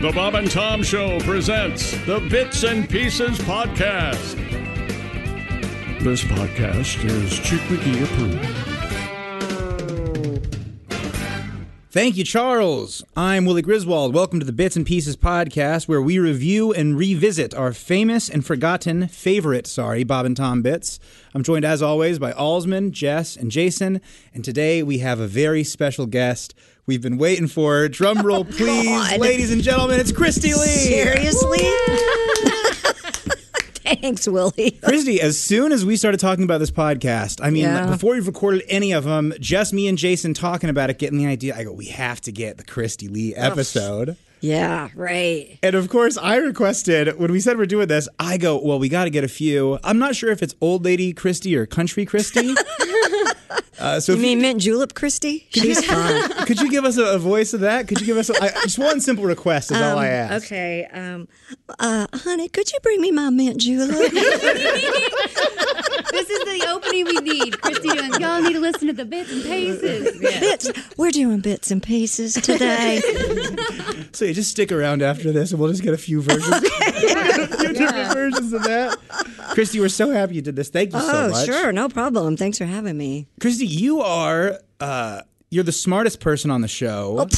The Bob and Tom Show presents the Bits and Pieces Podcast. This podcast is Chick McGee approved. Thank you, Charles. I'm Willie Griswold. Welcome to the Bits and Pieces podcast, where we review and revisit our famous and forgotten favorite, sorry, Bob and Tom bits. I'm joined, as always, by Alsman, Jess, and Jason. And today we have a very special guest. We've been waiting for her. Drum roll, please, God. ladies and gentlemen. It's Christy Lee. Seriously? Thanks, Willie. Christy, as soon as we started talking about this podcast, I mean, Yeah. like, before we've recorded any of them, just me and Jason talking about it, getting the idea, I go, we have to get the Christy Lee episode. Oh, Yeah, right. And of course, I requested when we said we're doing this. I go, well, we got to get a few. I'm not sure if it's old lady Christie or country Christie. uh, so, You if mean mint julep, Christy? She's fun. you- could you give us a, a voice of that? Could you give us a, I, just one simple request? Is all I ask. Um, Okay, um, uh, honey, could you bring me my mint julep? This is the opening we need, Christina. Y'all need to listen to the bits and paces. bits. We're doing bits and pieces today. uh, So you just stick around after this, and we'll just get a few versions, a few different versions of that. Christy, we're so happy you did this. Thank you so oh, much. sure, no problem. Thanks for having me. Christy, you are. Uh, you're the smartest person on the Oh, show,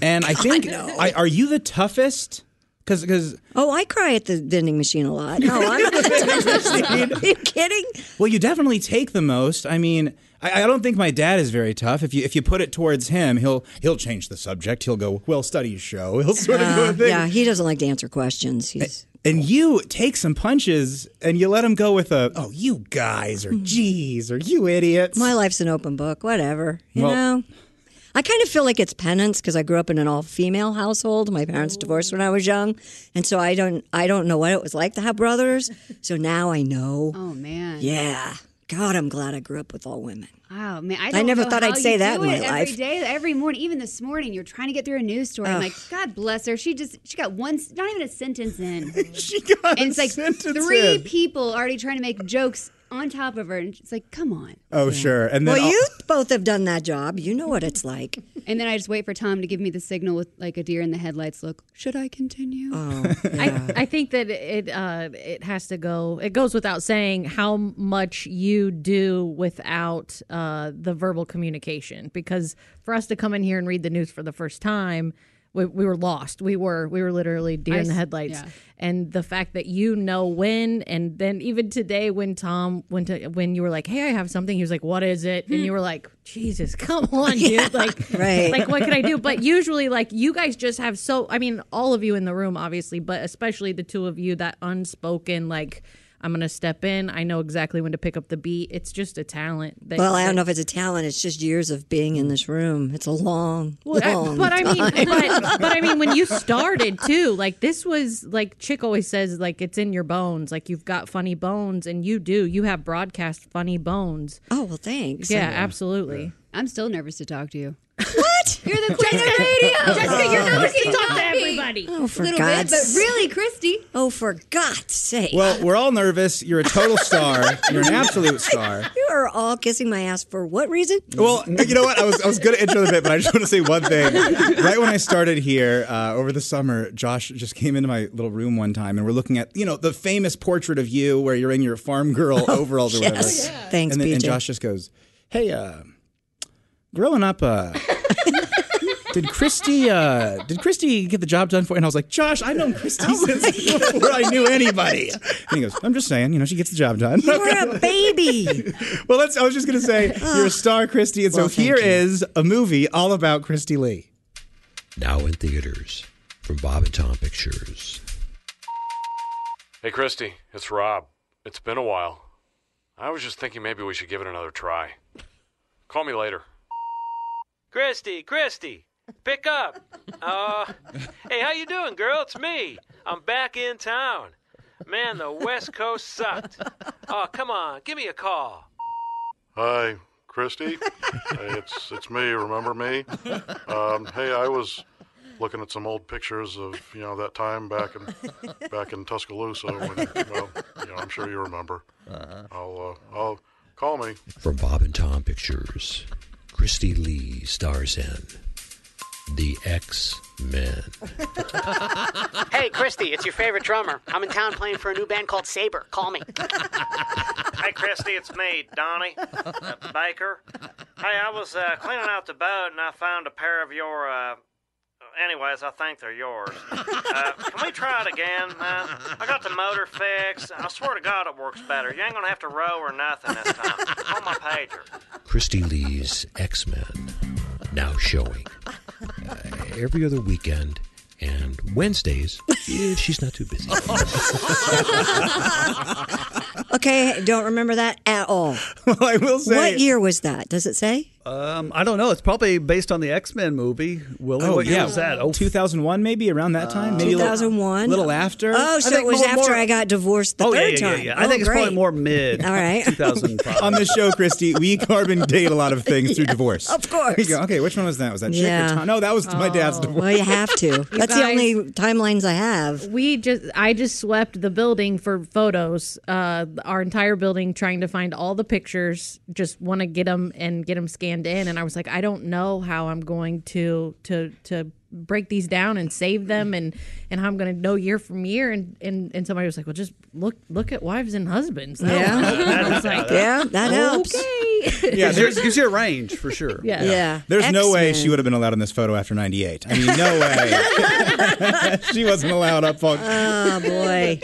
and I think I, are you the toughest? Because because Oh, I cry at the vending machine a lot. No, I'm not. Are you kidding? Well, you definitely take the most. I mean, I, I don't think my dad is very tough. If you if you put it towards him, he'll he'll change the subject. He'll go, well, studies show. He'll sort of do a thing. Uh, Yeah, he doesn't like to answer questions. He's And you take some punches and you let him go with a, oh, you guys Mm-hmm. or geez or you idiots. My life's an open book, whatever. You Well- know? I kind of feel like it's penance because I grew up in an all-female household. My parents divorced when I was young, and so I don't I don't know what it was like to have brothers. So now I know. Oh man. Yeah. God, I'm glad I grew up with all women. Wow, man. I, don't never know thought how I'd say you that do in my it life. Every day, every morning, even this morning, you're trying to get through a news story. I'm like, God bless her. She just she got one, not even a sentence in. she got And it's like sentence three in. people already trying to make jokes on top of her, and it's like, come on. Oh, sure. And then well, I'll- you both have done that job. You know what it's like. And then I just wait for Tom to give me the signal with like a deer in the headlights look. Should I continue? Oh, yeah. I think that it uh, it has to go. It goes without saying how much you do without uh, the verbal communication. Because for us to come in here and read the news for the first time, we, we were lost. We were we were literally deer in the headlights. And the fact that you know when, and then even today when Tom went to when you were like, "Hey, I have something," he was like, "What is it?" And you were like, "Jesus, come on, dude!" like, Right. like what can I do? But usually, like you guys just have so. I mean, all of you in the room, obviously, but especially the two of you, that unspoken like. I'm gonna step in. I know exactly when to pick up the beat. It's just a talent. That, well, I don't know if it's a talent. It's just years of being in this room. It's a long, Well, I- long. but I mean, time. but, but I mean, when you started too, like this was like Chick always says, like it's in your bones. Like you've got funny bones, and you do. You have broadcast funny bones. oh well, thanks. yeah, absolutely. I'm still nervous to talk to you. What? You're the queen of radio. Jessica, you're the queen of Everybody. Oh, for little God's bit, but really, Christy. Oh, for God's sake. well, we're all nervous. You're a total star. You're an absolute star. You are all kissing my ass for what reason? Well, uh, you know what? I was I was going to intro the bit, but I just want to say one thing. Right when I started here uh, over the summer, Josh just came into my little room one time, and we're looking at you know the famous portrait of you where you're in your farm girl overalls or whatever. yes. Oh, yeah. Thanks, and, then, and BJ. Josh just goes, "Hey, uh, growing up." Uh, Did Christy uh, did Christy get the job done for? you?" And I was like, Josh, I've known Christy Oh since before I knew anybody. And he goes, I'm just saying, you know, she gets the job done. You were a baby. Uh-huh. Well, that's, I was just going to say, you're a star, Christy. And Well, so thank here you. is a movie all about Christy Lee. Now in theaters from Bob and Tom Pictures. Hey, Christy, it's Rob. It's been a while. I was just thinking maybe we should give it another try. Call me later. Christy, Christy, Pick up. Uh, hey, how you doing, girl? It's me. I'm back in town. Man, the West Coast sucked. Oh, come on, give me a call. Hi, Christy. hey, it's it's me. Remember me? Um, hey, I was looking at some old pictures of you know that time back in back in Tuscaloosa. When, well, you know, I'm sure you remember. I'll uh, I'll call me. From Bob and Tom Pictures, Christy Lee stars in The X Men. hey, Christy, it's your favorite drummer. I'm in town playing for a new band called Saber. Call me. Hey, Christy, it's me, Donnie, the baker. Hey, I was uh, cleaning out the boat and I found a pair of your. Uh, anyways, I think they're yours. Uh, can we try it again, man? I got the motor fixed. I swear to God, it works better. You ain't gonna have to row or nothing this time. Call my pager. Christy Lee's X Men, now showing uh, every other weekend and Wednesdays if she's not too busy. Okay, don't remember that at all. well, I will say- What year was that? Does it say? Um, I don't know. It's probably based on the X Men movie. Willie, Oh, what year yeah. was that? Oh, 2001, maybe around that time. Maybe a little- 2001? Little after. Oh, so it was more- after more- I got divorced the oh, yeah, third yeah, yeah, time. yeah. I Oh, think it's probably great. more mid. All right. 2005. on the show, Christy, we carbon date a lot of things through Yeah, divorce. of course. We go, okay, which one was that? Was that chick Yeah. Oh, or Tom? No, that was my dad's divorce. Well, you have to. That's the guys- only timelines I have. We just I just swept the building for photos. Uh, our entire building trying to find all the pictures. Just want to get them and get them scanned in. And I was like, I don't know how I'm going to to to break these down and save them and and how I'm going to know year from year. And and and somebody was like, well, just look look at wives and husbands. That'll Yeah. help. And I was like, Yeah, that helps. Okay. Yeah, there's gives you a range for sure. Yeah. Yeah. There's no way X-Men. she would have been allowed in this photo after 98. I mean, no way. she wasn't allowed up on. Oh, boy.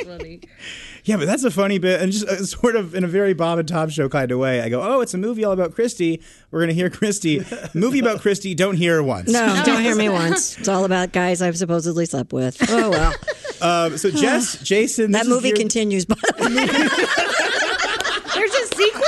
Yeah, but that's a funny bit, and just uh, sort of in a very Bob and Tom show kind of way. I go, oh, it's a movie all about Christy. We're gonna hear Christy. movie about Christy. Don't hear her once. No, don't hear me once. It's all about guys I've supposedly slept with. Oh, well. Um, so Jess, Jason, That this is movie your- continues, but There's a sequel.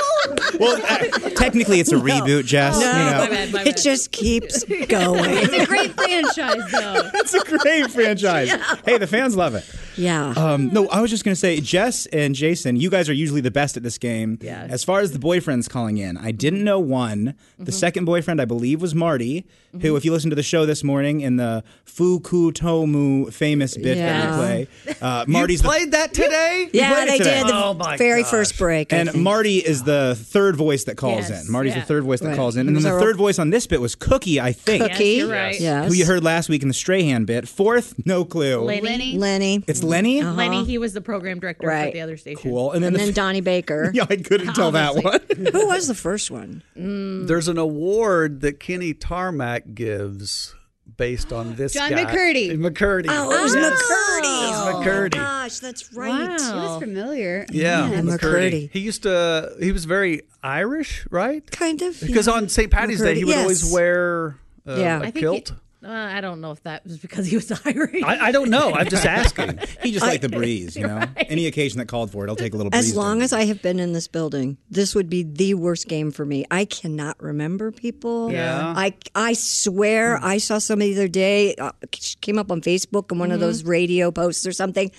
Well, uh, technically it's a reboot, Jess. No, you know. it just keeps going. It's a great franchise, though. it's a great franchise. Hey, the fans love it. Yeah. Um, no, I was just going to say, Jess and Jason, you guys are usually the best at this game. Yeah. As far as the boyfriends calling in, I didn't know one. Mm-hmm. The second boyfriend, I believe, was Marty, who, if you listen to the show this morning in the Fukutomu famous bit Yeah. that we play, uh, Marty's the- played that today? Oh, We played it today. Oh break. I And think. Marty is the third voice that calls Yes, in. Marty's yeah. the third voice that Right. calls in. And then Those the are- third voice on this bit was Cookie, I think. Cookie. Yes, you're right. Yes. Who you heard last week in the Strahan bit. Fourth, no clue. Lenny. Lenny. Uh-huh. It's Lenny? Lenny, he was the program director for Right. the other station. Cool. And then, the Donnie Baker. Yeah, I couldn't tell that one. Who was the first one? There's an award that Kenny Tarmac gives based on this John guy. McCurdy. McCurdy. Oh, it was Yes. oh. McCurdy. It's McCurdy. Gosh, Oh, that's right. It was familiar. Yeah, Yeah, McCurdy. He used to. He was very Irish, right? Kind of. Because yeah. on St. Patty's Day, he McCurdy, would yes. always wear uh, Yeah. a I think he- kilt. Uh, I don't know if that was because he was Irish. I, I don't know. I'm just asking. He just liked the breeze, you know? Any occasion that called for it, I'll take a little breeze. As long as I have been in this building, this would be the worst game for me. I cannot remember people. Yeah. I I swear I saw somebody the other day uh, she came up on Facebook in one of Mhm. those radio posts or something.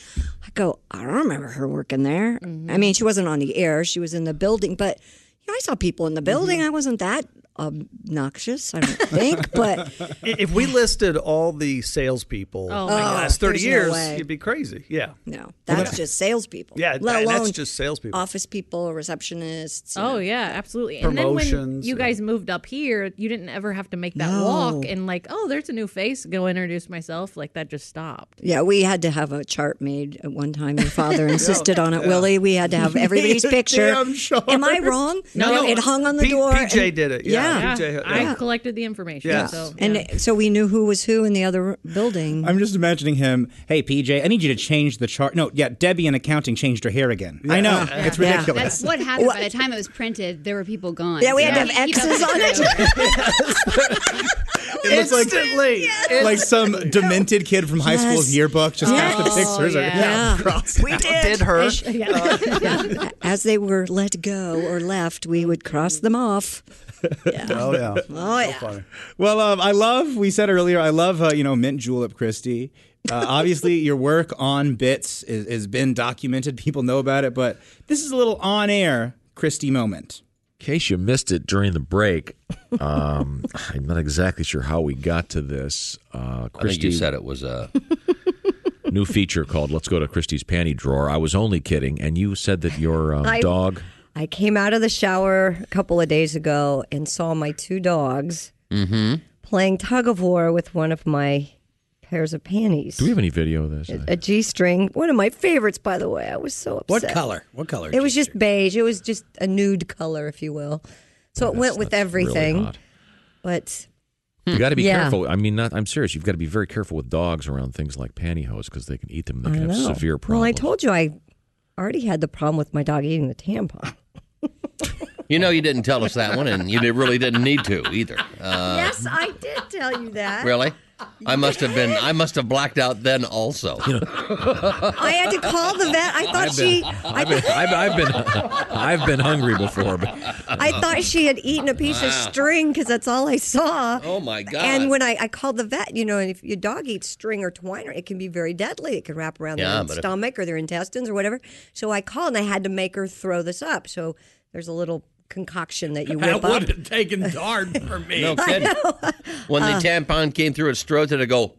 I go, I don't remember her working there. I mean, she wasn't on the air; she was in the building. But you know, I saw people in the building. I wasn't that obnoxious, I don't think. but I- if we listed all the salespeople Oh, in my the God. last 30 There's no years, way. it'd be crazy. Yeah. No, that's just salespeople. Yeah, let and alone that's just salespeople. office people, receptionists. you Oh know. yeah, absolutely. And then when Promotions you guys moved up here, you didn't ever have to make that No. walk and like, oh, there's a new face. Go introduce myself. Like that just stopped. Yeah, we had to have a chart made at one time. Your father insisted on it, Yeah. Willie. We had to have Made everybody's a picture. damn chart. Am I wrong? No, no, it hung on the P- door. PJ and- did it. Yeah, PJ had- I yeah. collected the information. So and yeah. it- so we knew who was who in the other building. I'm just imagining him. Hey, PJ, I need you to change the chart. No, yeah, Debbie in accounting changed her hair again. I know Yeah. it's ridiculous. That's what happened. By the time it was printed, there were people gone. Yeah, we had to You- have you got X's the on it. picture. It looks Instantly. like like some demented kid from high school's Yes. yearbook. Just half the Yes. Oh, pictures are Yeah. crossed We out. did. Uh, Oh, As they were let go or left, we would cross them off. Yeah. Oh, yeah. Oh, yeah. Well, um, I love. We said earlier, I love uh, you know mint julep, Christie. Uh, obviously, your work on bits is, has been documented. People know about it, but this is a little on-air Christie moment. In case you missed it during the break, um, I'm not exactly sure how we got to this. Uh, I think Christy, you said it was a. new feature called "Let's Go to Christie's Panty Drawer." I was only kidding, and you said that your um, I- dog. I came out of the shower a couple of days ago and saw my two dogs Mm-hmm. playing tug of war with one of my pairs of panties. Do we have any video of this? A G string, one of my favorites, by the way. I was so upset. What color? What color It was just beige. It was just a nude color, if you will. Oh, So it went with everything. But Hmm. You got to be Yeah. careful. I mean, not, I'm serious. You've got to be very careful with dogs around things like pantyhose because they can eat them. They I can have know. severe Well, I problems. told you I already had the problem with my dog eating the tampon. You know, you didn't tell us that one, and you did- really didn't need to either. Uh, yes, I did tell you that. Really? I must have been. I must have blacked out then also. I had to call the vet. I thought I've she. been, I've, been, I've, I've been, I've been hungry before, but I thought she had eaten a piece of Wow. string because that's all I saw. Oh my God! And when I, I called the vet, you know, and if your dog eats string or twine, it can be very deadly. It can wrap around Yeah, but their if- stomach or their intestines or whatever. So I called and I had to make her throw this up. So there's a little concoction that you whip that would up. have taken hard for me. No Mm. kidding. When Uh, the tampon came through its throat, did it go?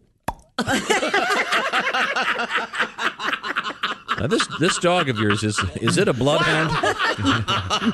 now this this dog of yours is is it a bloodhound?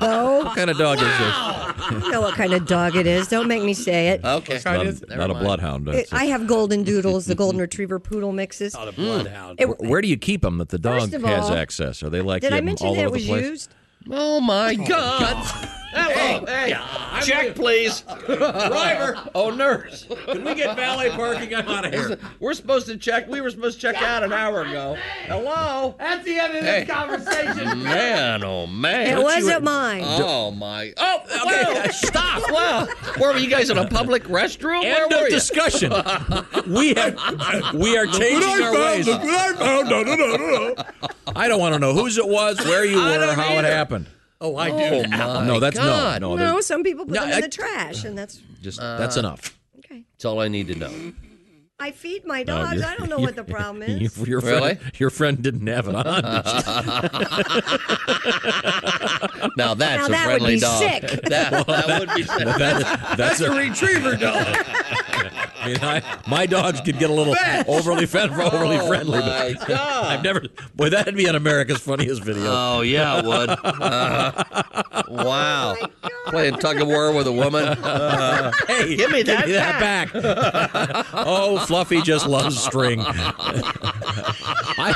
No. what kind of dog is this? I don't know what kind of dog it is. Don't make me say it. Okay. Not, a- not a bloodhound. It- I have golden doodles, the golden retriever poodle mixes. Not a bloodhound. Where, where do you keep them that the dog First of has all- access? Are they like Did I hidden mention all that over it was the place? used? Oh my God! Hello, hey, check please, Driver. Oh nurse, Can we get valet parking? I'm outta here. Listen, We're supposed to check. We were supposed to check out an hour ago. Hello. That's the end of Hey. this conversation. Man, oh man! It Don't you- wasn't mine. Oh my! Oh, whoa. stop! Wow, where were you guys in a public restroom? Where End of were you? discussion. We have we are Look changing what I our found, ways. look what I found. No, no, no, no, I don't want to know whose it was, where you I were, don't how either. it happened. Oh, I Oh, do. my No, that's- no, God. no, No, some people put No, them in I- the trash, and that's. Just that's enough. Okay. Uh, That's all I need to know. I feed my No, dogs. you're- I don't know you- what the problem is. you- your friend, your friend didn't have it on. now that's a Now that would friendly be dog. sick. That, that would be sick. That's a retriever dog. I mean, I, my dogs could get a little overly fed, overly Oh, friendly. my but God. I've never. Boy, that'd be on America's Funniest Video. Oh yeah, it would. Uh, Oh wow, playing tug of war with a woman. Uh, hey, give me that, give me that back. oh, Fluffy just loves string. I,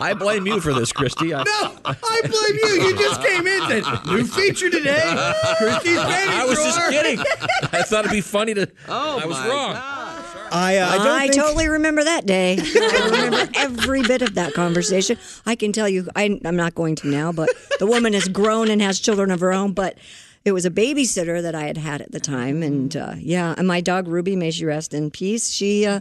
I blame you for this, Christy. I, No, I blame you. You just came in and said, new feature today, Christie's Panty I was just eh? Drawer." kidding. I thought it'd be funny to. Oh, I was my wrong. I, uh, I don't think- totally remember that day. I remember every bit of that conversation. I can tell you, I, I'm not going to now, but the woman is grown and has children of her own. But it was a babysitter that I had had at the time, and uh, yeah, and my dog Ruby, may she rest in peace. She, uh,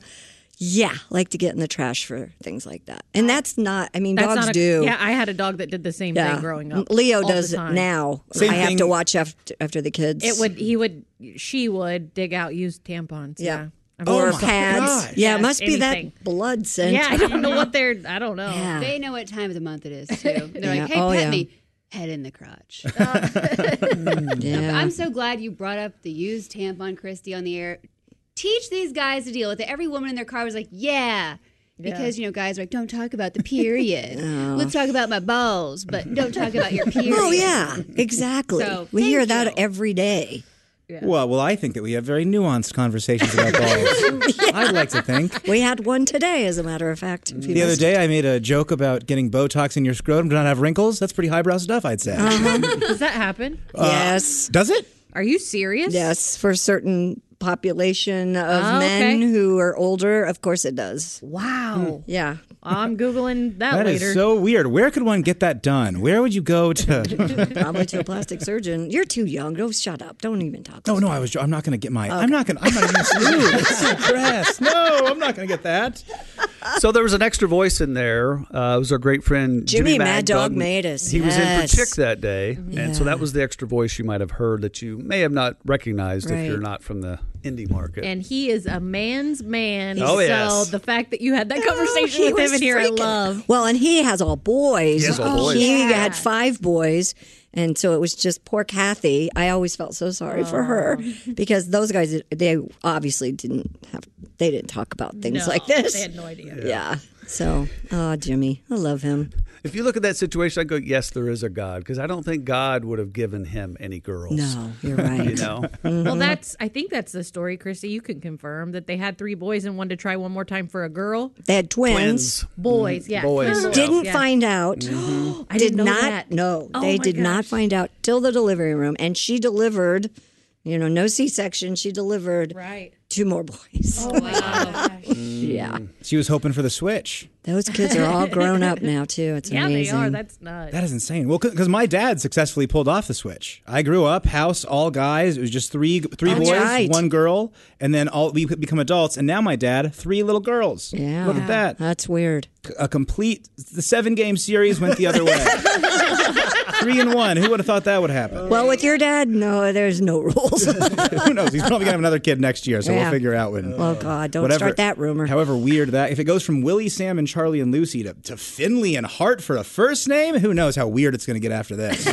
yeah, liked to get in the trash for things like that, and that's not. I mean, That's dogs not a, do. Yeah, I had a dog that did the same Yeah. thing growing up. Leo all the does it time. now. Same I have thing- to watch after, after the kids. It would. He would. She would dig out used tampons. Yeah. I've or heard of that. pads. Yeah, it Yeah, must be anything. that blood scent. Yeah, I don't know what they're. I don't know. Oh, They know what time of the month it is too. They're Yeah. like, "Hey, Oh, pet yeah. me." Head in the crotch. yeah. I'm so glad you brought up the used tampon, Christy, on the air. Teach these guys to deal with it. Every woman in their car was like, "Yeah." Because you know, guys are like, don't talk about the period. Oh. Let's talk about my balls, but don't talk about your period. Oh yeah, exactly. So, we hear thank that every day. Well, well, I think that we have very nuanced conversations about balls. I'd like to think. We had one today, as a matter of fact. if you The other missed- day, I made a joke about getting Botox in your scrotum to not have wrinkles. That's pretty highbrow stuff, I'd say. Oh, Uh-huh. Does that happen? Uh, Does it? Are you serious? Yes, for a certain population of Oh, men okay. who are older, of course it does. Wow. Yeah. I'm googling that, Hmm. That is later. so weird. Where could one get that done? Where would you go to? Probably to a plastic surgeon. You're too young. Don't shut up. Don't even talk. no, no, I was. jo- I'm not going to get my. I'm not going. to I'm not even. Ooh, this is a dress. No, I'm not going to get that. so there was an extra voice in there. Uh, it was our great friend Jimmy Jimmy, Mad Dog Dog- Matus, He was in yes. for Chick that day, and so that was the extra voice you might have heard that you may have not recognized if you're Right. not from the indie market. And he is a man's man. Oh, so yes. the fact that you had Oh, that conversation he with him was in here, I freaking- love. Well, and he has all boys. He has all boys. He Yeah. had five boys. And so it was just poor Kathy. I always felt so sorry for her because those guys, they obviously didn't have, they didn't talk about things No, like this. they had no idea. Yeah. So, oh, Jimmy, I love him. If you look at that situation, I go, yes, there is a God, because I don't think God would have given him any girls. No, you're right. you know, Mm-hmm. Well, that's I think that's the story, Christy. You can confirm that they had three boys and one to try one more time for a girl. They had twins. Twins. Mm-hmm. Boys, yeah. Boys. Didn't Yeah. find out. Mm-hmm. I did didn't know not that. know. Oh they my did not gosh. find out till the delivery room. And she delivered, you know, no C section. She delivered Right. two more boys. Oh my gosh. yeah. She was hoping for the switch. Those kids are all grown up now, too. It's yeah, amazing. they are. That's nuts. That is insane. Well, because my dad successfully pulled off the switch. I grew up house all guys. It was just three three That's boys, right. one girl, and then all we become adults. And now my dad three little girls. yeah. look at that. That's weird. A complete the seven game series went the other way. three and one. Who would have thought that would happen? Well, with your dad, no, there's no rules. Who knows? He's probably gonna have another kid next year, so Yeah. we'll figure out when. uh, oh, God. Don't whatever- start that rumor. However weird that if it goes from Willie, Sam, and Charlie and Lucy to, to Finley and Hart for a first name, who knows how weird it's going to get after this?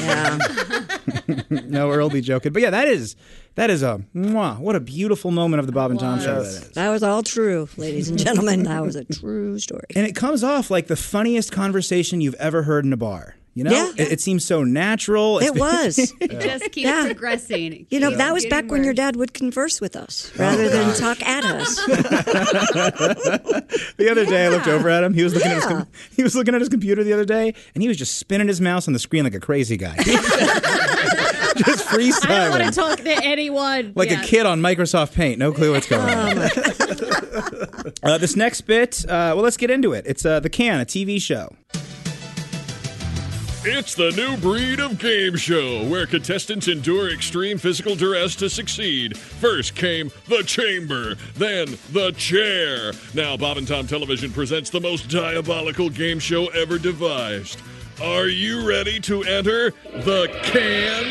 no, Earl be joking, but yeah, that is that is a mwah, what a beautiful moment of the Bob and Tom show. That is. That was all true, ladies and gentlemen. That was a true story. And it comes off like the funniest conversation you've ever heard in a bar. You know, Yeah. it, it seems so natural. It's It been- was. It just keeps Yeah. progressing. It You know, keeps that was getting back when your worse. dad would converse with us rather than gosh. talk at us. the other day, I looked over at him. He was looking at his com- he was looking at his computer the other day, and he was just spinning his mouse on the screen like a crazy guy. just freestyling. I don't want to talk to anyone. like Yeah. a kid on Microsoft Paint. No clue what's going on. uh, this next bit, uh, well, let's get into it. It's uh, The Can, a TV show. It's the new breed of game show where contestants endure extreme physical duress to succeed. First came the chamber, then the chair. Now, Bob and Tom Television presents the most diabolical game show ever devised. Are you ready to enter the can?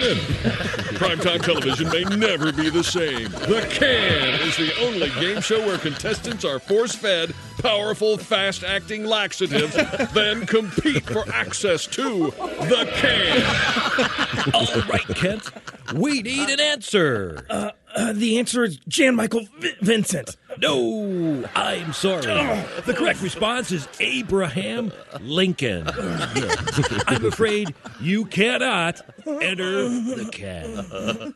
Primetime television may never be the same. The can is the only game show where contestants are force fed powerful, fast acting laxatives, then compete for access to the can. All right, Kent. We need an answer. Uh, uh, the answer is Jan Michael Vi- Vincent. Oh. No, I'm sorry. The correct response is Abraham Lincoln. I'm afraid you cannot enter the can.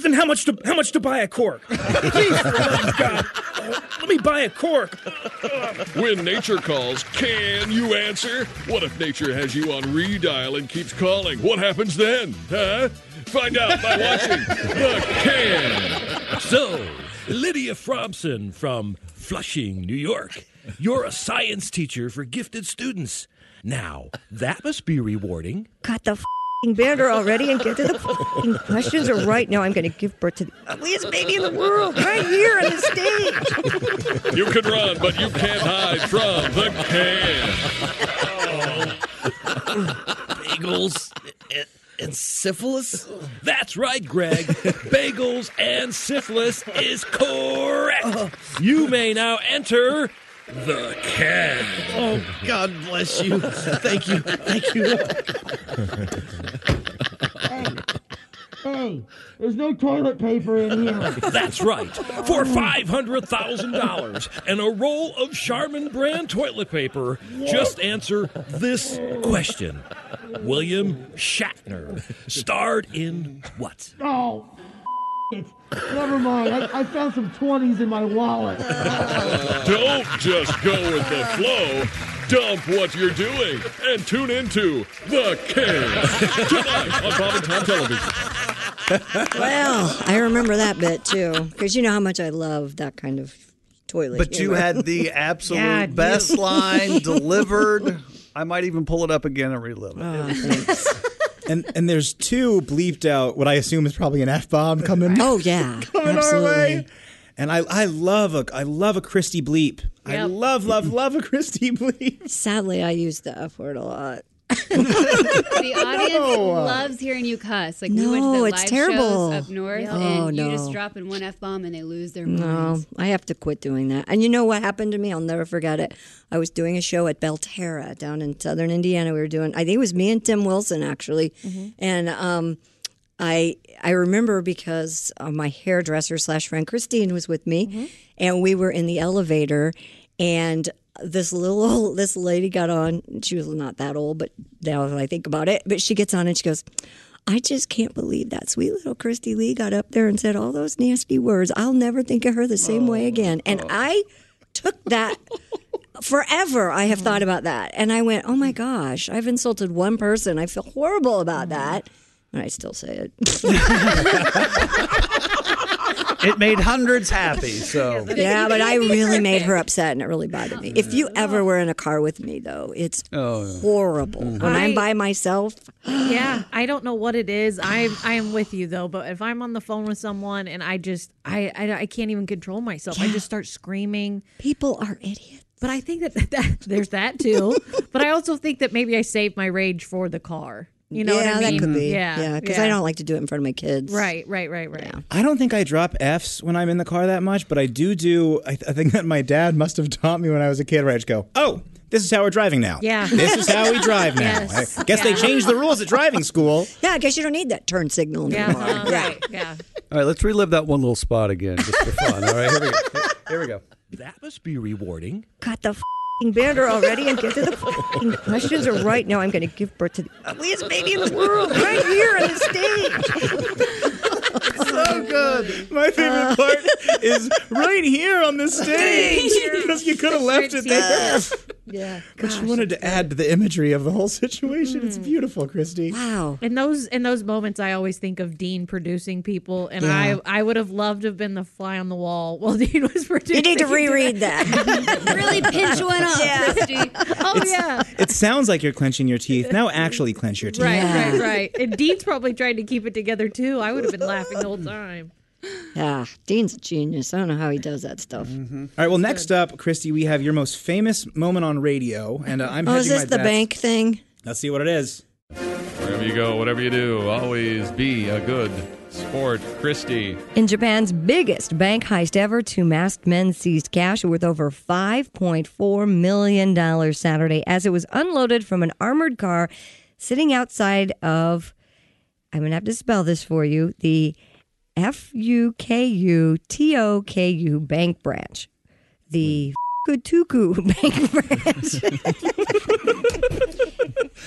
Then how much to how much to buy a cork? Please, for the love of God, uh, let me buy a cork. When nature calls, can you answer? What if nature has you on redial and keeps calling? What happens then? Huh? Find out by watching the can. So, Lydia Fromson from Flushing, New York. You're a science teacher for gifted students. Now, that must be rewarding. Cut the fing banner already and get to the fing questions. Or right now, I'm going to give birth to the ugliest baby in the world right here on the stage. You can run, but you can't hide from the can. bagels and, and syphilis? That's right, Greg. bagels and syphilis is correct. You may now enter the can. Oh, God bless you. Thank you. Thank you. Hey, there's no toilet paper in here. That's right. For $500,000 and a roll of Charmin brand toilet paper, just answer this question. William Shatner starred in what? Oh, it. Never mind. I, I found some twenties in my wallet. Don't just go with the flow. Dump what you're doing and tune into The Can tonight on Bob and Tom Television. Well, I remember that bit too, because you know how much I love that kind of toilet. but you humor. had the absolute Yeah, dude. best line delivered. I might even pull it up again and relive it. Oh. And and there's two bleeped out, what I assume is probably an F bomb coming. Oh, yeah. coming our absolutely. way. And I, I love a I love a Christy bleep. I love love love a Christy bleep. Sadly, I use the F word a lot. The audience No. loves hearing you cuss. Like we went to No, the it's live terrible. shows up north, Yeah. and Oh, you just no. drop in one f bomb, and they lose their minds. No, I have to quit doing that. And you know what happened to me? I'll never forget it. I was doing a show at Belterra down in southern Indiana. We were doing, I think it was me and Tim Wilson actually. Mhm. And um, I I remember because uh, my hairdresser slash friend Christine was with me, and we were in the elevator, and this little old, this lady got on. She was not that old, but now that I think about it, but she gets on and she goes. I just can't believe that sweet little Christy Lee got up there and said all those nasty words. I'll never think of her the same way again. And I took that forever. I have thought about that. And I went, oh my gosh, I've insulted one person. I feel horrible about that. And I still say it. It made hundreds happy. So yeah, but I really made her upset and it really bothered me. If you ever were in a car with me, though, it's Oh. horrible. When I'm I- by myself, yeah, I don't know what it is. I I am with you though, but if I'm on the phone with someone and I just I I, I can't even control myself. I just start screaming. People are idiots. But I think that, that there's that too. but I also think that maybe I saved my rage for the car. You know yeah, what I mean? Mm-hmm. that could be. Yeah, Yeah, because I yeah. don't like to do it in front of my kids. Right, right, right, right. I don't think I drop F's when I'm in the car that much, but I do do. I, th- I think that my dad must have taught me when I was a kid, where I just go, "Oh, this is how we're driving now. Yeah. this is how we drive now." Yes. I guess they Yeah. changed the rules at driving school. Yeah, I guess you don't need that turn signal anymore. right, yeah. All right, let's relive that one little spot again just for fun. All right, here we go. Here we go. That must be rewarding. Cut the f***ing banner already and get to the f***ing questions. Or right now, I'm going to give birth to the ugliest baby in the world right here on the stage. so good. Oh, My favorite part is right here on the stage because you could have left it there. Yeah. But you wanted to add to the imagery of the whole situation. Mm. It's beautiful, Christy. Wow. In those in those moments, I always think of Dean producing people, and Yeah. I I would have loved to have been the fly on the wall while Dean was producing. You need to reread that. really pinch one up, Yeah. Christy. Oh yeah, It sounds like you're clenching your teeth. Now actually clench your teeth. right, right, right. And Dean's probably trying to keep it together too. I would have been laughing the whole time. Yeah, Dean's a genius. I don't know how he does that stuff. Mm-hmm. All right. Well, next up, Christy, we have your most famous moment on radio, and uh, I'm. oh, is hedging my this the bets. bank thing? Let's see what it is. Wherever you go, whatever you do, always be a good sport. Christy. In Japan's biggest bank heist ever, two masked men seized cash worth over $5.4 million Saturday as it was unloaded from an armored car sitting outside of, I'm going to have to spell this for you, the F-U-K-U-T-O-K-U bank branch. The Kutuku bank branch.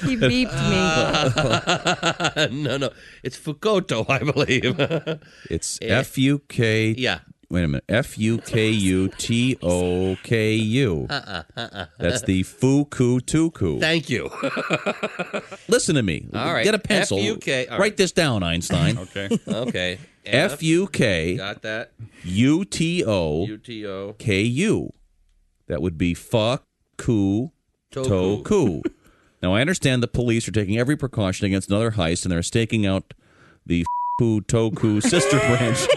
he beeped me. beeped me. no, no. It's Fukoto, I believe. It's Eh, F U K. Yeah. Wait a minute. F U K U T O K U. Uh-uh, uh-uh. That's the Fuku Tuku. Thank you. Listen to me. All right. Get a pencil. FUK. All right. Write this down, Einstein. Okay. Okay. F U K. Got that. U T O. UTO. K U. That would be fuck ku Toku. toku. now I understand the police are taking every precaution against another heist, and they're staking out the ku toku sister branch.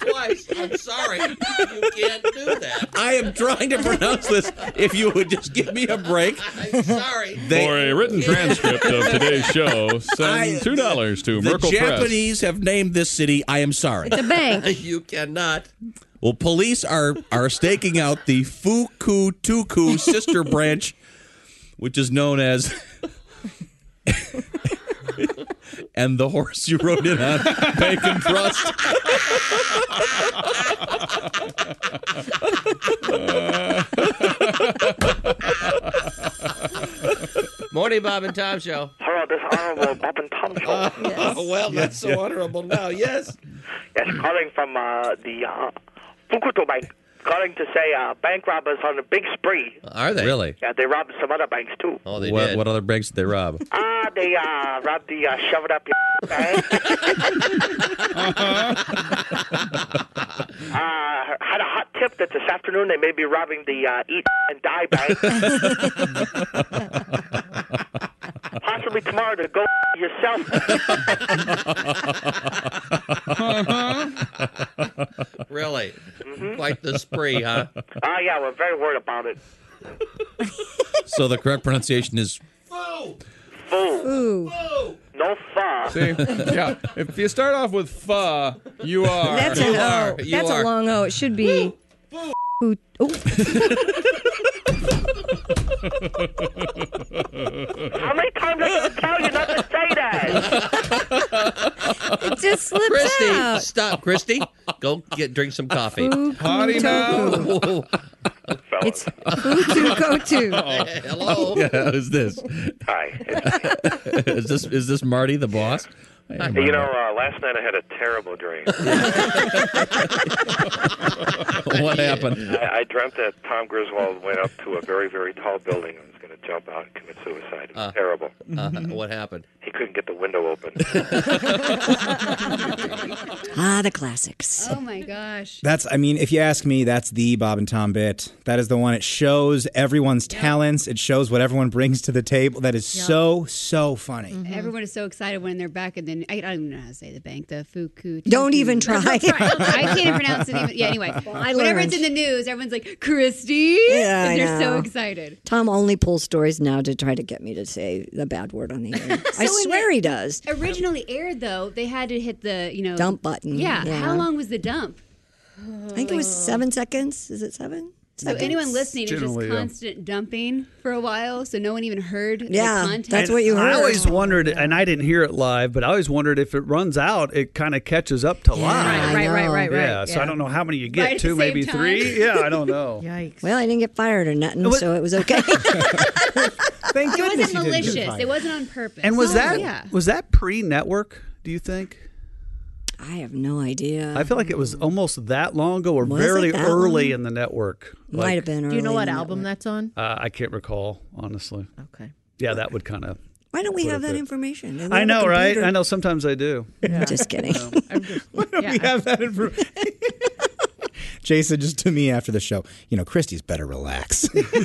Twice. I'm sorry. You can't do that. I am trying to pronounce this. If you would just give me a break. I'm sorry. They- For a written transcript of today's show, send two dollars to the Merkle Press. Japanese have named this city. I am sorry. bank. you cannot. Well, police are are staking out the Fuku Tuku sister branch, which is known as. and the horse you rode in on, Bacon Trust. Morning, Bob and Tom Show. Hello, this honorable Bob and Tom show. well, that's so honorable now. Yes. Yes, calling from uh, the uh, Fukuto Bank. Calling to say uh, bank robbers on a big spree. Are they really? Yeah, they robbed some other banks too. Oh, they what, did. what other banks did they rob? Ah, they uh, robbed the uh, shove it up your bank. Uh-huh. uh, had a hot tip that this afternoon they may be robbing the uh, eat and die bank. Possibly me tomorrow to go yourself. really? Quite the spree, huh? Ah, Mm-hmm. yeah, we're very worried about it. So the correct pronunciation is Foo. No fa. See, yeah. If you start off with "fa," you are. That's an Oh, O. That's a long O. It should be. Who? Oh. How many times I have to tell you not to say that? it just slips Christy, out. stop, Christy. Go get drink some coffee. Hottie now. It's Futu Kotu. Hello. Yeah, who's this? Hi. is this is this Marty the boss? Hey, Marty. You know, uh, last night I had a terrible dream. what happened? I, I dreamt that Tom Griswold went up to a very, very tall building and was going to jump out and commit suicide. It was terrible. Uh, what happened? He couldn't get the window open. Ah, the classics. Oh my gosh. That's, I mean, if you ask me, that's the Bob and Tom bit. That is the one. It shows everyone's talents. It shows what everyone brings to the table. That is Yeah. Mm. so, so funny. Mm-hmm. Everyone is so excited when they're back, and then I don't even know how to say the bank, the Fuku. Don't even try. I can't even pronounce it. Even. Yeah, anyway. I Whenever learned. it's in the news, everyone's like, Christy. Yeah, I and they're so know. excited. Tom only pulls stories now to try to get me to say the bad word on the air. I So in swear the- he does. Originally aired, though, they had to hit the, you know, Dump button, Yeah. yeah. How long was the dump? I think Oh. it was seven seconds. Is it seven? Oh. So anyone listening, it was Generally, just yeah. constant dumping for a while, so no one even heard. Yeah, the content. that's And I always wondered, and I didn't hear it live, but I always wondered if it runs out, it kind of catches up to live. Right, right, right, right. Yeah, so I don't know how many you get. Right at the Two, same maybe time. three? Yeah, I don't know. Yikes. Well, I didn't get fired or nothing, so it was okay. Thank It wasn't you didn't get malicious. fired. It wasn't on purpose. And was Oh, that Yeah. was that pre-network? Do you think? I have no idea. I feel like it was almost that long ago, or Was it very that early long? in the network. Might have been. Do you know early what in the- album that's on? Uh, I can't recall honestly. Okay. Yeah, that would kind of. Why don't we What have if that it- information? They I have a know, right? computer. I know. Sometimes I do. Just kidding. Um, We have that information. Jason, just to me after the show, you know, Christy's better relax. I'm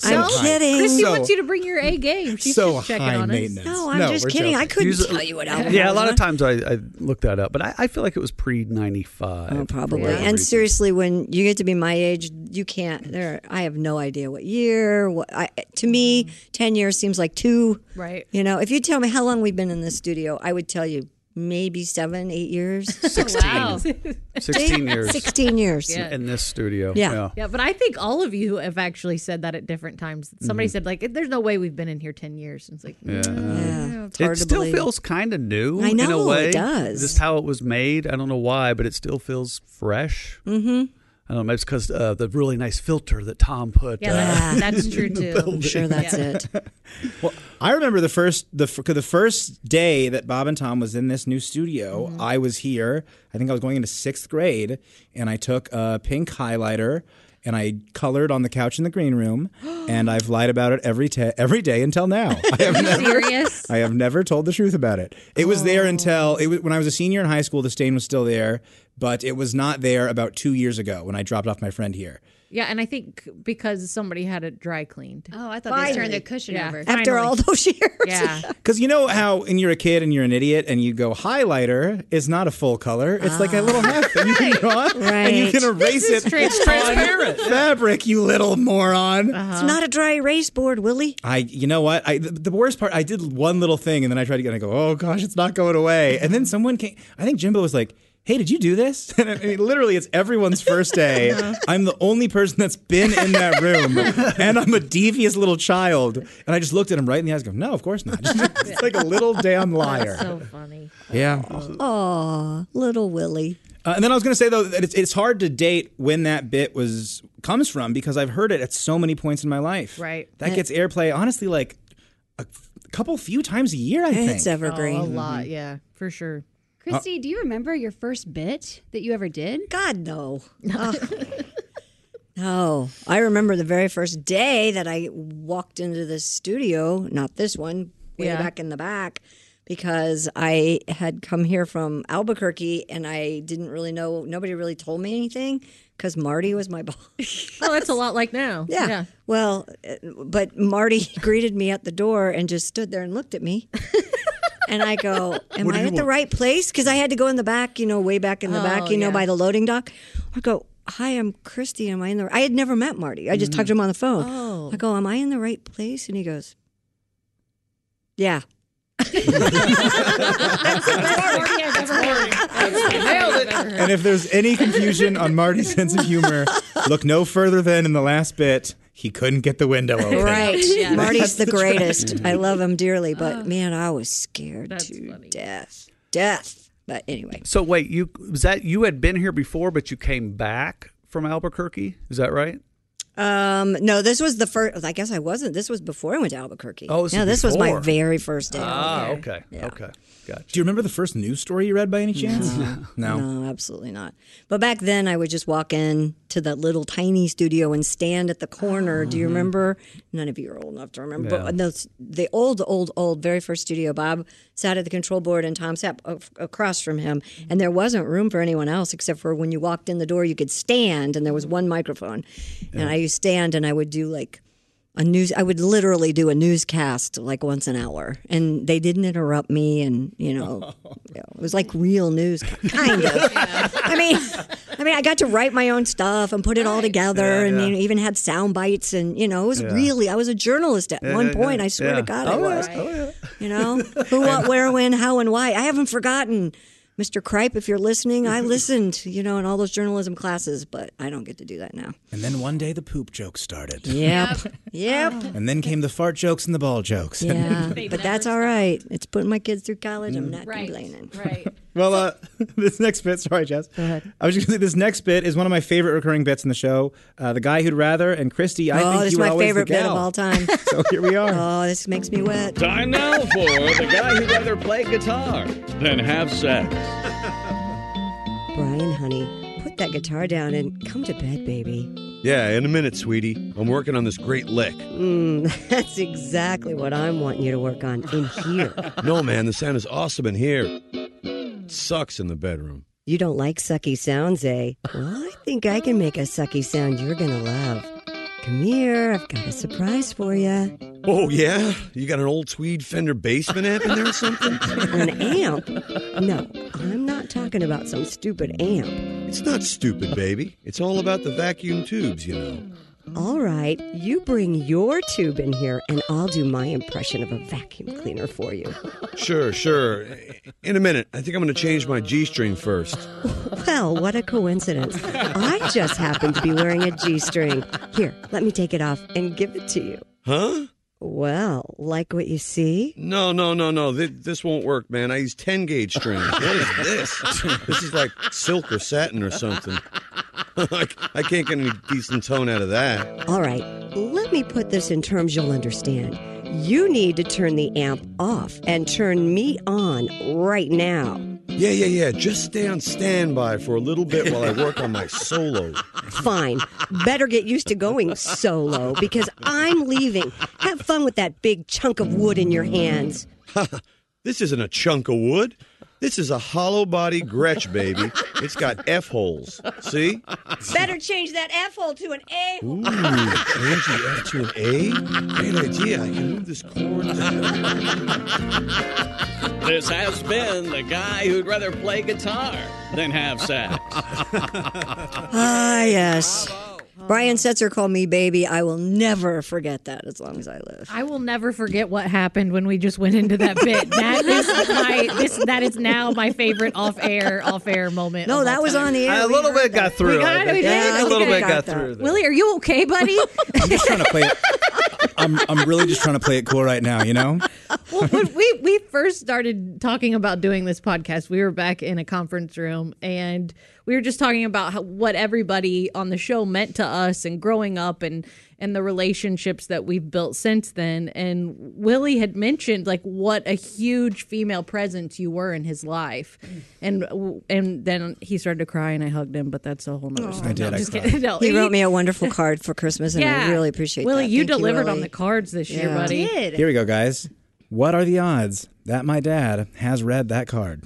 So- kidding. Christy So- wants you to bring your A game. She's so just checking high on us. maintenance. No, I'm just we're kidding. I joking. couldn't Usually- tell you what album. Yeah, a was lot of on. times I, I look that up, but I, I feel like it was pre ninety five. Oh, probably. And seriously, when you get to be my age, you can't. There, I have no idea what year. What I, to me, ten years seems like two. Mm-hmm. Right. You know, if you tell me how long we've been in this studio, I would tell you maybe seven, eight years. Oh, Wow. 16 years. Sixteen years. Yeah. in this studio. Yeah. Yeah, but I think all of you have actually said that at different times. Mm-hmm. Somebody said like, "There's no way we've been in here ten years." And it's like, Yeah. "Mm, hard it to still believe. feels kind of new I in a know, way. it does. Just how it was made. I don't know why, but it still feels fresh. Mm-hmm. I don't know. Maybe it's because uh, the really nice filter that Tom put. Yeah, uh, that's, in that's the true too. building. it. I remember the first the f- the first day that Bob and Tom was in this new studio. I was here. I think I was going into sixth grade, and I took a pink highlighter and I colored on the couch in the green room. and I've lied about it every ta- every day until now. I have never, Serious? I have never told the truth about it. It was there until it was, when I was a senior in high school. The stain was still there, but it was not there about two years ago when I dropped off my friend here. Yeah, and I think because somebody had it dry cleaned. Oh, I thought they turned Finally. the cushion Yeah, over. finally. After all those years. Yeah. Because you know how when you're a kid and you're an idiot and you go highlighter is not a full color. It's like a little half thing you can go on and you Right. can erase This it. is transparent. on fabric, you little moron. It's not a dry erase board, Willie. I, you know what? I the, the worst part. I did one little thing and then I tried to get. and I go, oh gosh, it's not going away. And then someone came. I think Jimbo was like. Hey, did you do this? And I mean, literally, it's everyone's first day. I'm the only person that's been in that room, and I'm a devious little child. And I just looked at him right in the eyes, and go, "No, of course not." it's like a little damn liar. So funny. Yeah. Aw, little Willie. Uh, and then I was going to say though that it's it's hard to date when that bit was comes from because I've heard it at so many points in my life. Right. That gets airplay honestly like a f- couple few times a year I think. It's evergreen. Mm-hmm. Oh, a lot, yeah, for sure. Christy, do you remember your first bit that you ever did? God no. No, I remember the very first day that I walked into this studio, not this one, way Yeah. back in the back, because I had come here from Albuquerque and I didn't really know, nobody really told me anything because Marty was my boss. Oh, that's a lot like now. Yeah. Well, uh, but Marty greeted me at the door and just stood there and looked at me. and I go, Am What do I you at the want?" right place? Because I had to go in the back, you know, way back in the Oh, back, you know, yeah. by the loading dock. I go, Hi, I'm Christy. Am I in the I had never met Marty. I just talked to him on the phone. Oh. I go, Am I in the right place? And he goes, Yeah. Mm-hmm. And if there's any confusion on Marty's sense of humor, look no further than in the last bit. He couldn't get the window open. Right. Yeah. Oh. That's Marty's the the greatest. truth. I love him dearly, but man, I was scared to death. Death. But anyway. So wait, you was that you had been here before, but you came back from Albuquerque? Is that right? Um, no, this was the first. I guess I wasn't. This was before I went to Albuquerque. Oh, so yeah, this was my before. very first day. Ah, over there. okay, okay, gotcha. Do you remember the first news story you read by any chance? No. No. no, absolutely not. But back then, I would just walk in to that little tiny studio and stand at the corner. Do you remember? None of you are old enough to remember. Yeah. But those, the old, old, old, very first studio, Bob sat at the control board and Tom sat a- across from him. And there wasn't room for anyone else except for when you walked in the door, you could stand, and there was one microphone. And I used to stand, and I would do like a news i would literally do a newscast like once an hour and they didn't interrupt me and you know you know, it was like real news kind of i mean i mean i got to write my own stuff and put it all together Yeah, and yeah. You know, even had sound bites and you know it was Yeah. really i was a journalist at Yeah, one yeah, point yeah. i swear Yeah. to god i Oh, yeah. was you know who what where when how and why i haven't forgotten mr kripe if you're listening i listened you know in all those journalism classes but i don't get to do that now And then one day the poop joke started. Yep. yep And then came the fart jokes and the ball jokes. Yeah, but that's all right. It's putting my kids through college. Mm. I'm not complaining. Right. Well, uh, this next bit, sorry, Jess. Go ahead. I was just going to say this next bit is one of my favorite recurring bits in the show. Uh, the guy who'd rather and Christy. I oh, think this you is were my always the favorite bit of gal. all time. So here we are. Oh, this makes me wet. Time now for the guy who'd rather play guitar than have sex. Brian, honey, put that guitar down and come to bed, baby. Yeah, in a minute, sweetie. I'm working on this great lick. Mm, that's exactly what I'm wanting you to work on in here. No, man, the sound is awesome in here. It sucks in the bedroom. You don't like sucky sounds, eh? Well, I think I can make a sucky sound you're gonna love. Come here, I've got a surprise for you. Oh, yeah? You got an old tweed Fender basement amp in there or something? An amp? No, I'm not talking about some stupid amp. It's not stupid, baby. It's all about the vacuum tubes, you know. All right, you bring your tube in here, and I'll do my impression of a vacuum cleaner for you. Sure, sure. In a minute. I think I'm going to change my G string first. Well, what a coincidence. I just happen to be wearing a G string. Here, let me take it off and give it to you. Huh? Well, like what you see? No, no, no, no. This, this won't work, man. I use 10 gauge strings. What is this? This is like silk or satin or something. I, I can't get any decent tone out of that. All right, let me put this in terms you'll understand. You need to turn the amp off and turn me on right now. Yeah, yeah, yeah. Just stay on standby for a little bit while I work on my solo. Fine. Better get used to going solo because I'm leaving. Have fun with that big chunk of wood in your hands. This isn't a chunk of wood. This is a hollow body Gretsch, baby. It's got F holes. See? Better change that F hole to an A Ooh, change the F to an A? Great idea. I can move this chord This has been the guy who'd rather play guitar than have sex. Ah, yes. Brian Setzer called me baby. I will never forget that as long as I live. I will never forget what happened when we just went into that bit. That is my this that is now my favorite off air off air moment. No, of that all was time. on the air. A little bit got through. We got I it. We think. did. Yeah, a little bit got, through. there. Willie, are you okay, buddy? I'm just trying to play it. I'm, I'm really just trying to play it cool right now, you know? well, when we we first started talking about doing this podcast, we were back in a conference room and we were just talking about how, what everybody on the show meant to us and growing up and and the relationships that we've built since then. And Willie had mentioned like what a huge female presence you were in his life, and and then he started to cry and I hugged him, but that's a whole nother story. Oh, I did, No, I'm I just cried. kidding. No, he wrote me a wonderful card for Christmas, and I really appreciate Willie, that. you Thank delivered Willie. on the cards this year, Yeah. buddy. Here we go, guys. What are the odds that my dad has read that card?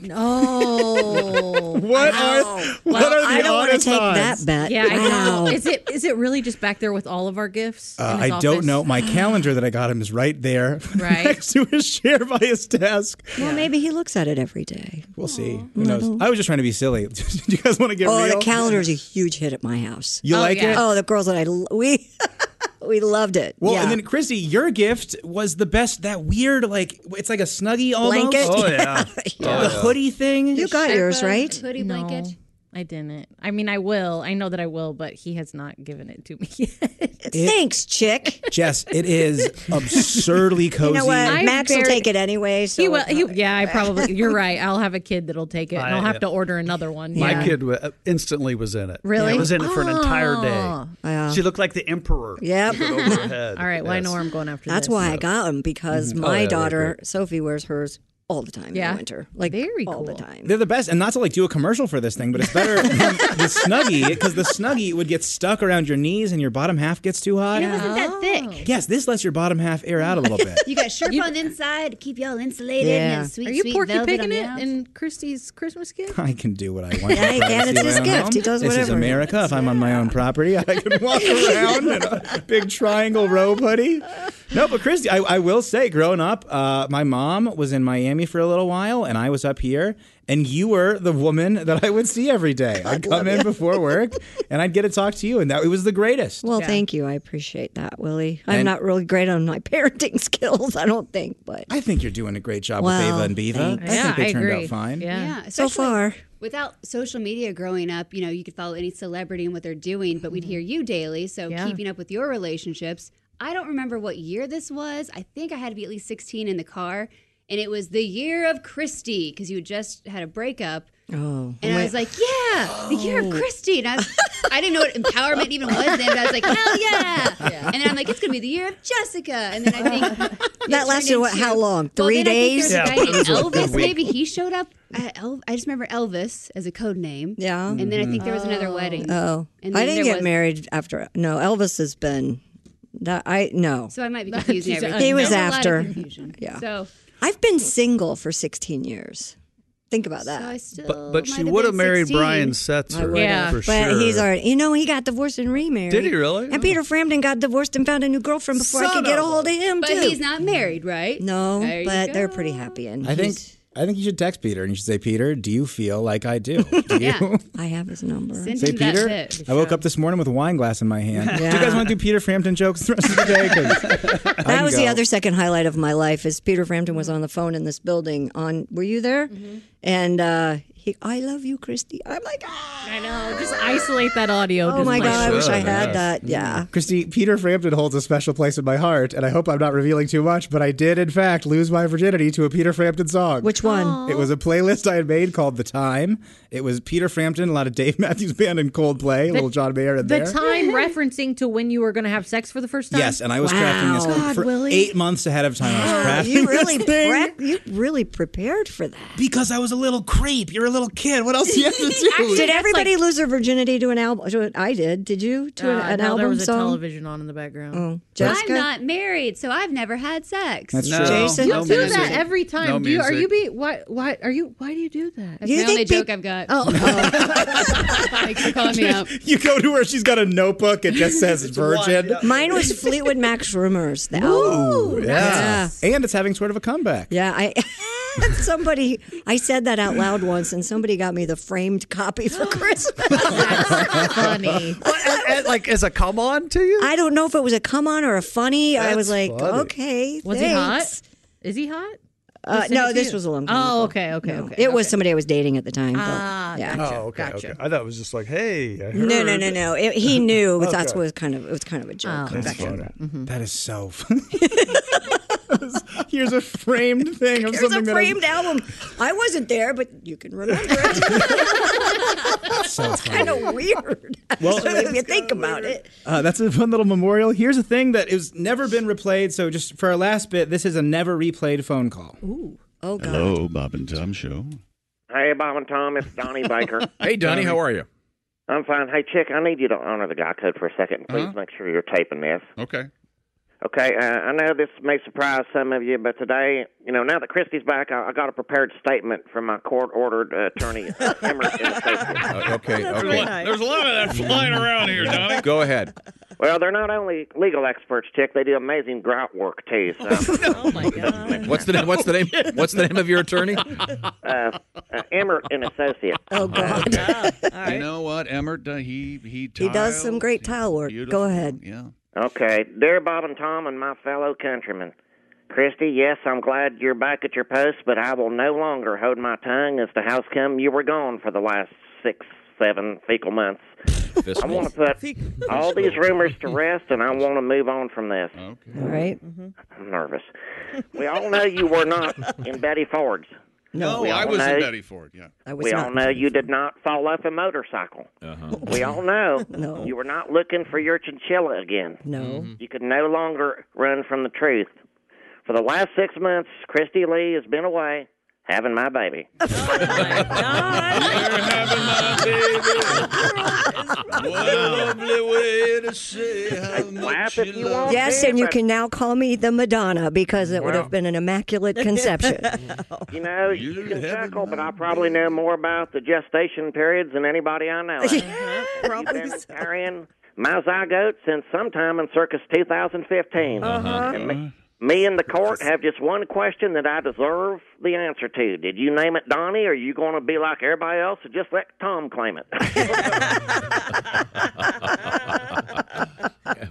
No. What are- what Well, are the I don't wanna honest take odds? that bet. Yeah, I Wow. know. Is it is it really just back there with all of our gifts? Uh, in I his don't office? know. My calendar that I got him is right there, Right. next to his chair by his desk. Well, maybe he looks at it every day. We'll see. Who knows? I was just trying to be silly. Do you guys want to get oh, real? the calendar's a huge hit at my house. You Oh, like yeah. it? Oh, the girls that I lo- we we loved it. Well, yeah. and then Chrissy, your gift was the best. That weird, like it's like a snuggie almost. Blanket? Oh, yeah. The hoodie thing. You got I yours, put a right? Hoodie blanket. I didn't. I mean, I will. I know that I will, but he has not given it to me yet. Thanks, chick. Jess, it is absurdly cozy. You know what? I'm Max will very- take it anyway. So he will. He, yeah, I probably. You're right. I'll have a kid that'll take it, and I- I'll have to order another one. My yeah. kid wa- uh, instantly was in it. Really? Yeah, was in it for an entire Oh. day. Ah. Yeah. She looked like the emperor. Yep. With it over her head. All right. Well, I Yes. Mm-hmm. know where I'm going after That's this. why I got them because Mhm. Oh, my yeah, they're daughter Sophie wears hers all the time Yeah. in the winter, like Very all the cool. time. They're the best, and not to like do a commercial for this thing, but it's better than the snuggie because the snuggie would get stuck around your knees and your bottom half gets too hot. And it wasn't that thick. Yes, this lets your bottom half air out a little bit. You got Sherpa on the inside to keep y'all insulated Yeah. and then sweet, Are you sweet porky velvet on picking the it outs- in Christie's Christmas gift? I can do what I want. Yeah, he can. It's Privacy his of my gift. own. He does This is whatever he America. If I'm on my own property, I can walk around in a big triangle robe hoodie. No, but Christy, I, I will say, growing up, uh, my mom was in Miami for a little while, and I was up here, and you were the woman that I would see every day. I'd come in before work, and I'd get to talk to you, and that it was the greatest. Well, thank you. I appreciate that, Willie. I'm And- not really great on my parenting skills, I don't think, but I think you're doing a great job Well, with Ava and Beva. thanks. I think Yeah, they I turned agree. out fine. Yeah. So especially far. Without social media growing up, you know, you could follow any celebrity and what they're doing, but we'd hear you daily. So Mm-hmm. Yeah. keeping up with your relationships. I don't remember what year this was. I think I had to be at least 16 in the car. And it was the year of Christy because you had just had a breakup. Oh, And I was like, yeah, the year of Christy. And I, was, I didn't know what empowerment even was then, but I was like, hell yeah. And then I'm like, it's going to be the year of Jessica. And then I think that lasted what? How long? Three well, then days? I think there's a guy named Elvis. Maybe he showed up. I, El- I just remember Elvis as a code name. Yeah. And then I think there was another wedding. Oh, And I then didn't there get was- married after. No, Elvis has been. That I no. So I might be confusing She's- everything. he was There's a lot of after. confusion. Yeah. So, I've been single for 16 years. Think about so I that. still. But, but she might would have been married 16. Brian I Setzer. would've. For but sure. he's already. You know, he got divorced and remarried. Did he really? And Peter Frampton got divorced and found a new girlfriend before I Son could get a of a- hold of him. But too. he's not married, right? No, There you but they're go. pretty happy. And I think he's- I think you should text Peter and you should say, Peter, do you feel like I do? Do Yeah. you? I have his number. Send Say him that Peter. shit. I woke up this morning with a wine glass in my hand. Do you guys Yeah. want to do Peter Frampton jokes the rest of the day? 'Cause I That can was go. the other second highlight of my life is Peter Frampton Mm-hmm. was on the phone in this building on were you there? And uh he I love you, Christy. I'm like ah! I know. Just isolate that audio. Oh just my like- god, I wish I had that. Yeah. Christy, Peter Frampton holds a special place in my heart, and I hope I'm not revealing too much, but I did, in fact, lose my virginity to a Peter Frampton song. Which one? Aw. It was a playlist I had made called The Time. It was Peter Frampton, a lot of Dave Matthews Band and Coldplay, a little John Mayer in The there. time referencing to when you were going to have sex for the first time. Uh, Yes, and I was crafting this God, for Willie. eight months ahead of time. I was crafting You really this thing prep you really prepared for that. because I was a little creep. You're a little kid. What else do you have to do? Actually, Did that's everybody like- lose their virginity to an album? To an, I did. Did you to an, Uh, an no, album there was a song? television on in the background. Oh, I'm Jessica. not married, so I've never had sex. That's true. Jason? You No do music. that every time. No do you, are music. you be why why are you why do you do that? That's the only joke I've got. Oh, Thanks for calling me out. You go to her, she's got a notebook, it just says virgin. Mine was Fleetwood Mac's Rumors, the Ooh, album. yeah. And it's having sort of a comeback. Yeah, I somebody I said that out loud once, and somebody got me the framed copy for Christmas. funny. What, a- a- like as a come on to you? I don't know if it was a come on or a funny. I was That's like, funny. okay, was he thanks. hot? Is he hot? Uh, Listen, no, it's this you. was a long time. Oh, ago. okay, okay, No. okay. It was okay. somebody I was dating at the time. but- Ah, yeah. gotcha, Oh, okay, gotcha. okay. I thought it was just like, hey, I heard. No, no, no, no. It, he knew. but That's Okay. what was kind of it was kind of a joke. That's Back then. funny. That is so funny. Here's a framed thing of Here's a something that framed album. I wasn't there, but you can remember it. So it's kind of weird. Well- actually, if you think about it. Uh, that's a fun little memorial. Here's a thing that has never been replayed. So, just for our last bit, this is a never replayed phone call. Ooh. Oh God. Hello, Bob and Tom Show. Hey, Bob and Tom, it's Donnie Baker. Hey, Donnie, how are you? Uh-huh. I'm fine. Hey, Chick, I need you to honor the guy code for a second. Please make sure you're taping this. Okay. Okay, uh, I know this may surprise some of you, but today, you know, now that Christie's back, I, I got a prepared statement from my court-ordered uh, attorney, uh, Emerson. Uh, okay, That's okay. really nice. There's a lot of that flying around here, Donnie. Go ahead. Well, they're not only legal experts, Chick. They do amazing grout work too. So. Oh, What's the name? What's the name? What's the name of your attorney? uh, uh, Emmert and Associates. Oh God, You know what, Emmert? Uh, he he he does some great tile work. Go ahead. Yeah. Okay, dear Bob and Tom and my fellow countrymen, Christy, yes, I'm glad you're back at your post, but I will no longer hold my tongue as to how come you were gone for the last six, seven fecal months. I want to put all these rumors to rest, and I want to move on from this. Okay. All right. I'm nervous. We all know you were not in Betty Ford's. No, We I all was in know- Betty Ford. Yeah. I was we all know you did not fall off a motorcycle. We all know you were not looking for your chinchilla again. No. You could no longer run from the truth. For the last six months, Christy Lee has been away having my baby. lovely way to say how much you love Yes, and you can now call me the Madonna because it would Wow. have been an immaculate conception. You know, you, can chuckle, but I probably know more about the gestation periods than anybody I know. probably been carrying my zygote since sometime in circus 2015. Uh-huh. And me, me and the court have just one question that I deserve the answer to. Did you name it Donnie, or are you going to be like everybody else and just let Tom claim it?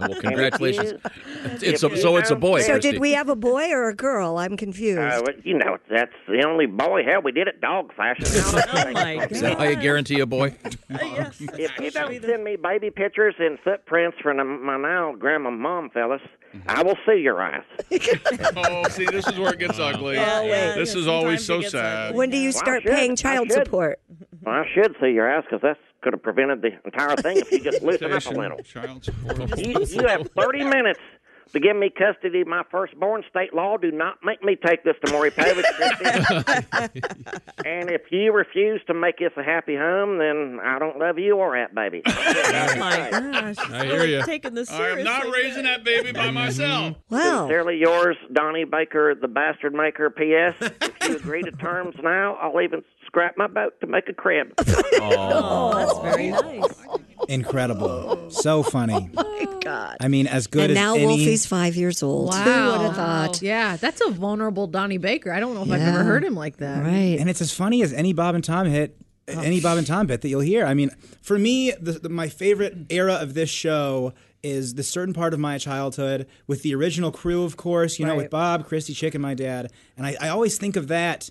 well, congratulations. If It's, you- it's a, so it's a boy. so Christy. did we have a boy or a girl? I'm confused. Uh, well, you know, that's the only boy. Hell, we did it dog fashion. oh, my Is that how you guarantee a boy? If you don't send me baby pictures and footprints from the- my now grandma mom, fellas, Mm-hmm. I will sue your ass. Oh, see, this is where it gets ugly. Always. This is always so sad. when do you Well, I start should. paying I child should. support? Well, I should sue your ass because that could have prevented the entire thing if you just loosen up a little. Child You, you have 30 minutes to give me custody of my firstborn. State law do not make me take this to Maury Povich. Christie. and if you refuse to make this a happy home, then I don't love you or that baby. gosh. I hear you. uh, Taking this I am seriously. not raising that baby by myself. Sincerely yours, Donnie Baker, the bastard maker. P.S. If you agree to terms now, I'll even scrap my boat to make a crib. Oh, that's very nice. Incredible. So funny. Oh. God. I mean, as good Oh and as now any. Wolfie's five years old. Who would have thought? Yeah, that's a vulnerable Donnie Baker. I don't know if I've ever heard him like that. And it's as funny as any Bob and Tom hit, any Bob and Tom bit that you'll hear. I mean, for me, the, the, my favorite era of this show is the certain part of my childhood with the original crew, of course, you know, with Right. Bob, Christy, Chick, and my dad. And I, I always think of that.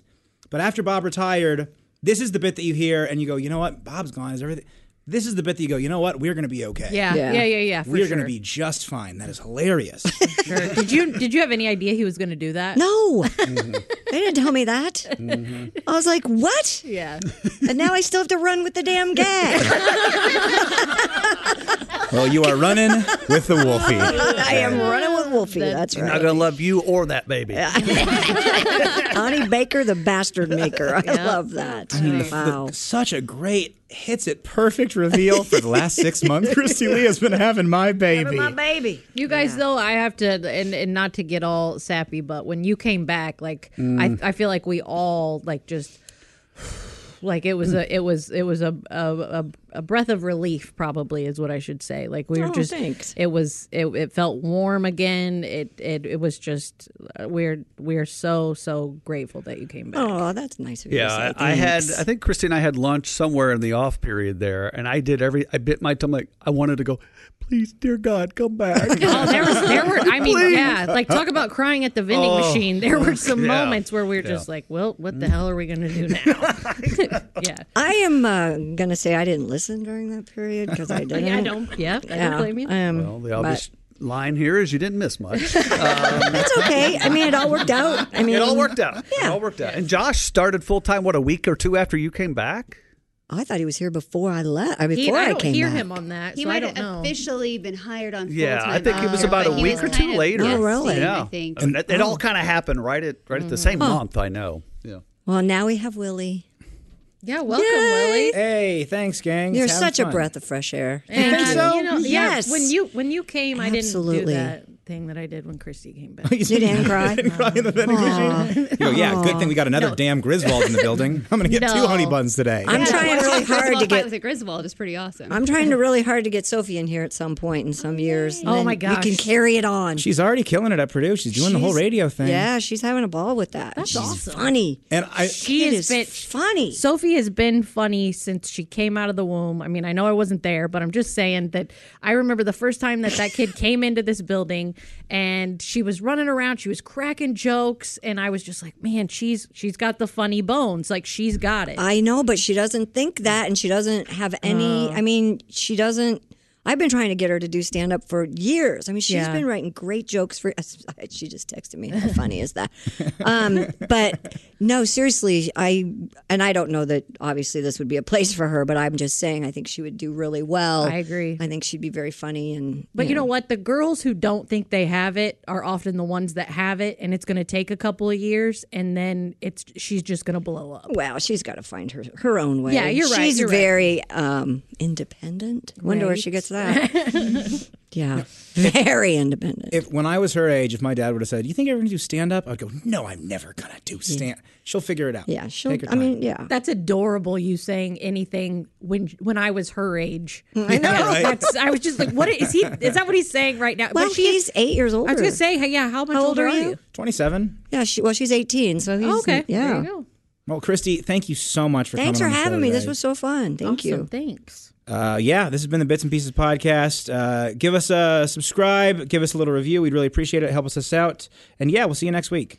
But after Bob retired, this is the bit that you hear and you go, you know what? Bob's gone. Is everything. This is the bit that you go, you know what? We're going to be okay. Yeah, yeah, yeah, yeah. for We're sure. going to be just fine. That is hilarious. Sure. Did you did you have any idea he was going to do that? No, they didn't tell me that. Mm-hmm. I was like, what? Yeah. And now I still have to run with the damn gag. well, you are running with the Wolfie. I am running with Wolfie. That's, You're not right. going to love you or that baby. Donnie Baker, the bastard maker. I love that. I mean, the- wow. the- such a great hits it perfect reveal for the last six months. Christy Lee has been having my baby. baby. You guys, though, I have to, and, and not to get all sappy, but when you came back, like Mm. I, I feel like we all like just like it was a it was it was a a, a, a breath of relief probably is what I should say. Like we were Oh, just thanks. it was it, it felt warm again. It it it was just uh, we're we're so so grateful that you came back. Oh, that's nice of you. to Yeah, say. I I had. Thanks. I think Christy and I had lunch somewhere in the off period there, and I did every. I bit my tongue like I wanted to go. Please, dear God, come back. Oh, there was there were I mean Please. yeah like talk about crying at the vending Oh. machine there were some Yeah. moments where we were just Yeah. like well what the hell are we gonna do now I am uh, gonna say I didn't listen during that period because I didn't. Yeah, I don't- yeah, I don't blame you. Um, Well, the obvious line here is you didn't miss much. Um, That's okay. I mean, it all worked out. I mean, it all worked out. Yeah. It all worked out. And Josh started full time, what, a week or two after you came back? I thought he was here before I left. I He- before I I, don't came hear back. him on that He so I might don't have know officially been hired on. Yeah, I full-time think it was after, about a but he week was or kind two of later. resting, Yeah. I think. Mm-hmm. I mean, it, it Oh. all kind of happened right at right at the Mhm. same Huh. month. I know. Yeah. Well, now we have Willie. yeah welcome Willie Hey, thanks, gang. You're It's having such a fun. breath of fresh air. And, um, Thank you. you know, yeah, yes. when you when you came I didn't do Absolutely. that thing that I did when Christy came back. You didn't cry? in the vending machine? You go, yeah, good thing we got another damn Griswold in the building. I'm going to get two No. honey buns today. I'm trying really Griswold hard to fight get. with a Griswold is pretty awesome. I'm trying to really hard to get Sophie in here at some point in some years. and Oh, then my We can gosh. carry it on. She's already killing it at Purdue. She's doing the whole She's- radio thing. Yeah, she's having a ball with that. That's she's awesome. Funny. And I, She It has is been funny. Sophie has been funny since she came out of the womb. I mean, I know I wasn't there, but I'm just saying that I remember the first time that that kid came into this building, and she was running around, she was cracking jokes, and I was just like, man, she's she's got the funny bones, like she's got it. I know, but she doesn't think that, and she doesn't have any. Oh. I mean, she doesn't. I've been trying to get her to do stand up for years. I mean, she's Yeah. been writing great jokes for. She just texted me. How funny is that? Um, but no, seriously, I and I don't know that obviously this would be a place for her, but I'm just saying I think she would do really well. I agree. I think she'd be very funny and. But you know what? The girls who don't think they have it are often the ones that have it, and it's going to take a couple of years, and then it's she's just going to blow up. Well, she's got to find her her own way. Yeah, you're right, She's you're right. very um, independent. Wonder where Right. she gets that. yeah, very independent. If when I was her age, if my dad would have said, "You think you're going to do stand up?" I'd go, "No, I'm never going to do stand." She'll figure it out. Yeah, she'll- Take her I mean, time. yeah. That's adorable. You saying anything when when I was her age. I know. Yeah, right? that's- I was just like, what is he? Is that what he's saying right now? Well, she he's eight years I was older. gonna say, hey, yeah. How much How old older are are you? you? Twenty-seven. Yeah, she, well, she's 18, so he's okay. Yeah. There you go. Well, Christy, thank you so much for Thanks for coming on the show having me. This today. was so fun. Thank Awesome. you. Thanks. Uh, yeah, this has been the Bits and Pieces podcast. Uh, give us a subscribe, give us a little review. We'd really appreciate it. Help us us out. And yeah, we'll see you next week.